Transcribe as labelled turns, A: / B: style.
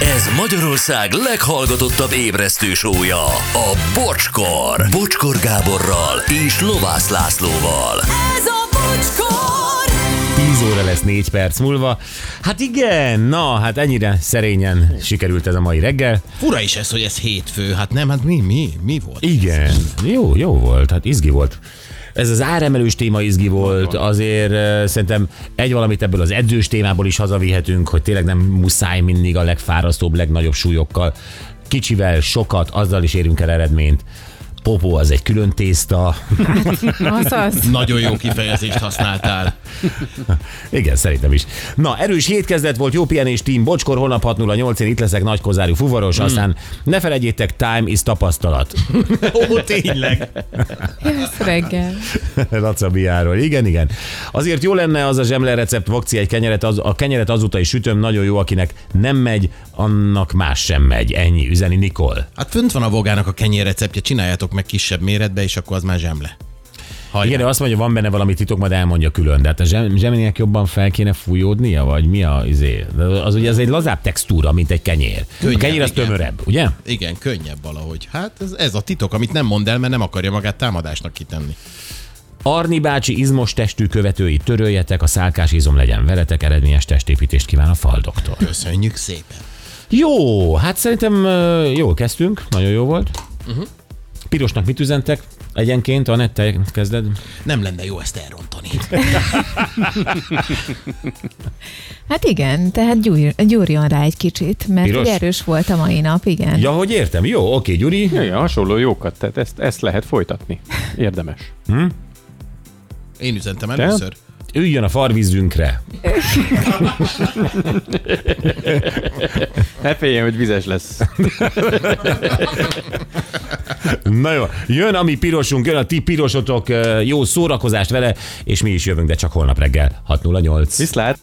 A: Ez Magyarország leghallgatottabb ébresztő sója, a Bocskor. Bocskor Gáborral és Lovász Lászlóval.
B: Ez a bocskor!
C: 10 óra lesz 4 perc múlva. Hát igen, na, hát ennyire szerényen sikerült ez a mai reggel.
D: Fura is ez, hogy ez hétfő. Hát nem, hát mi, mi, mi volt?
C: Igen, jó, jó volt, hát izgi volt. Ez az áremelős téma izgi volt, azért eh, szerintem egy valamit ebből az edzős témából is hazavihetünk, hogy tényleg nem muszáj mindig a legfárasztóbb, legnagyobb súlyokkal. Kicsivel, sokat, azzal is érünk el eredményt. Popó az egy külön tészta.
E: Az az.
D: Nagyon jó kifejezést használtál.
C: Igen, szerintem is. Na, erős hétkezdett volt, jó pihenés, team, bocskor, holnap 6 0 8 én itt leszek, nagykozárű fuvaros, aztán ne felejtjétek, time is tapasztalat.
D: Ó, tényleg.
E: Jössz reggel.
C: Lacabiáról, igen, igen. Azért jó lenne az a zsemle recept, vakci egy kenyeret, az, a kenyeret azóta is sütöm, nagyon jó, akinek nem megy, annak más sem megy. Ennyi, üzeni Nikol.
D: Hát fönt van a vogának a kenyér receptje, csináljátok meg kisebb méretbe, és akkor az már zsemle. Hajrá.
C: Igen, ő azt mondja, van benne valami titok, majd elmondja külön, de hát a zsem, zsemlének jobban fel kéne fújódnia, vagy mi a, izé? De az ugye az egy lazább textúra, mint egy kenyér. a
D: Könnyen,
C: kenyér az
D: igen.
C: tömörebb, ugye?
D: Igen, könnyebb valahogy. Hát ez, ez a titok, amit nem mond el, mert nem akarja magát támadásnak kitenni.
C: Arni bácsi izmos testű követői töröljetek, a szálkás izom legyen veletek, eredményes testépítést kíván a faldoktól.
D: Köszönjük szépen.
C: Jó, hát szerintem ö, jól kezdtünk, nagyon jó volt. Uh-huh. Pirosnak mit üzentek? Egyenként, Anett, te kezded.
D: Nem lenne jó ezt elrontani.
E: Hát igen, tehát gyúr, gyúrjon rá egy kicsit, mert
C: Piros?
E: ugye erős volt a mai nap, igen.
C: Ja, hogy értem, jó, oké, Gyuri.
F: Ja, ja, hasonló jókat, tehát ezt, ezt lehet folytatni. Érdemes.
D: Én üzentem
F: Te?
D: először.
C: Üljön a farvízünkre.
F: Ne féljen, hogy vizes lesz.
C: Na jó, jön a mi pirosunk, jön a ti pirosotok, ö, jó szórakozást vele, és mi is jövünk, de csak holnap reggel 6.08.
F: Viszlát!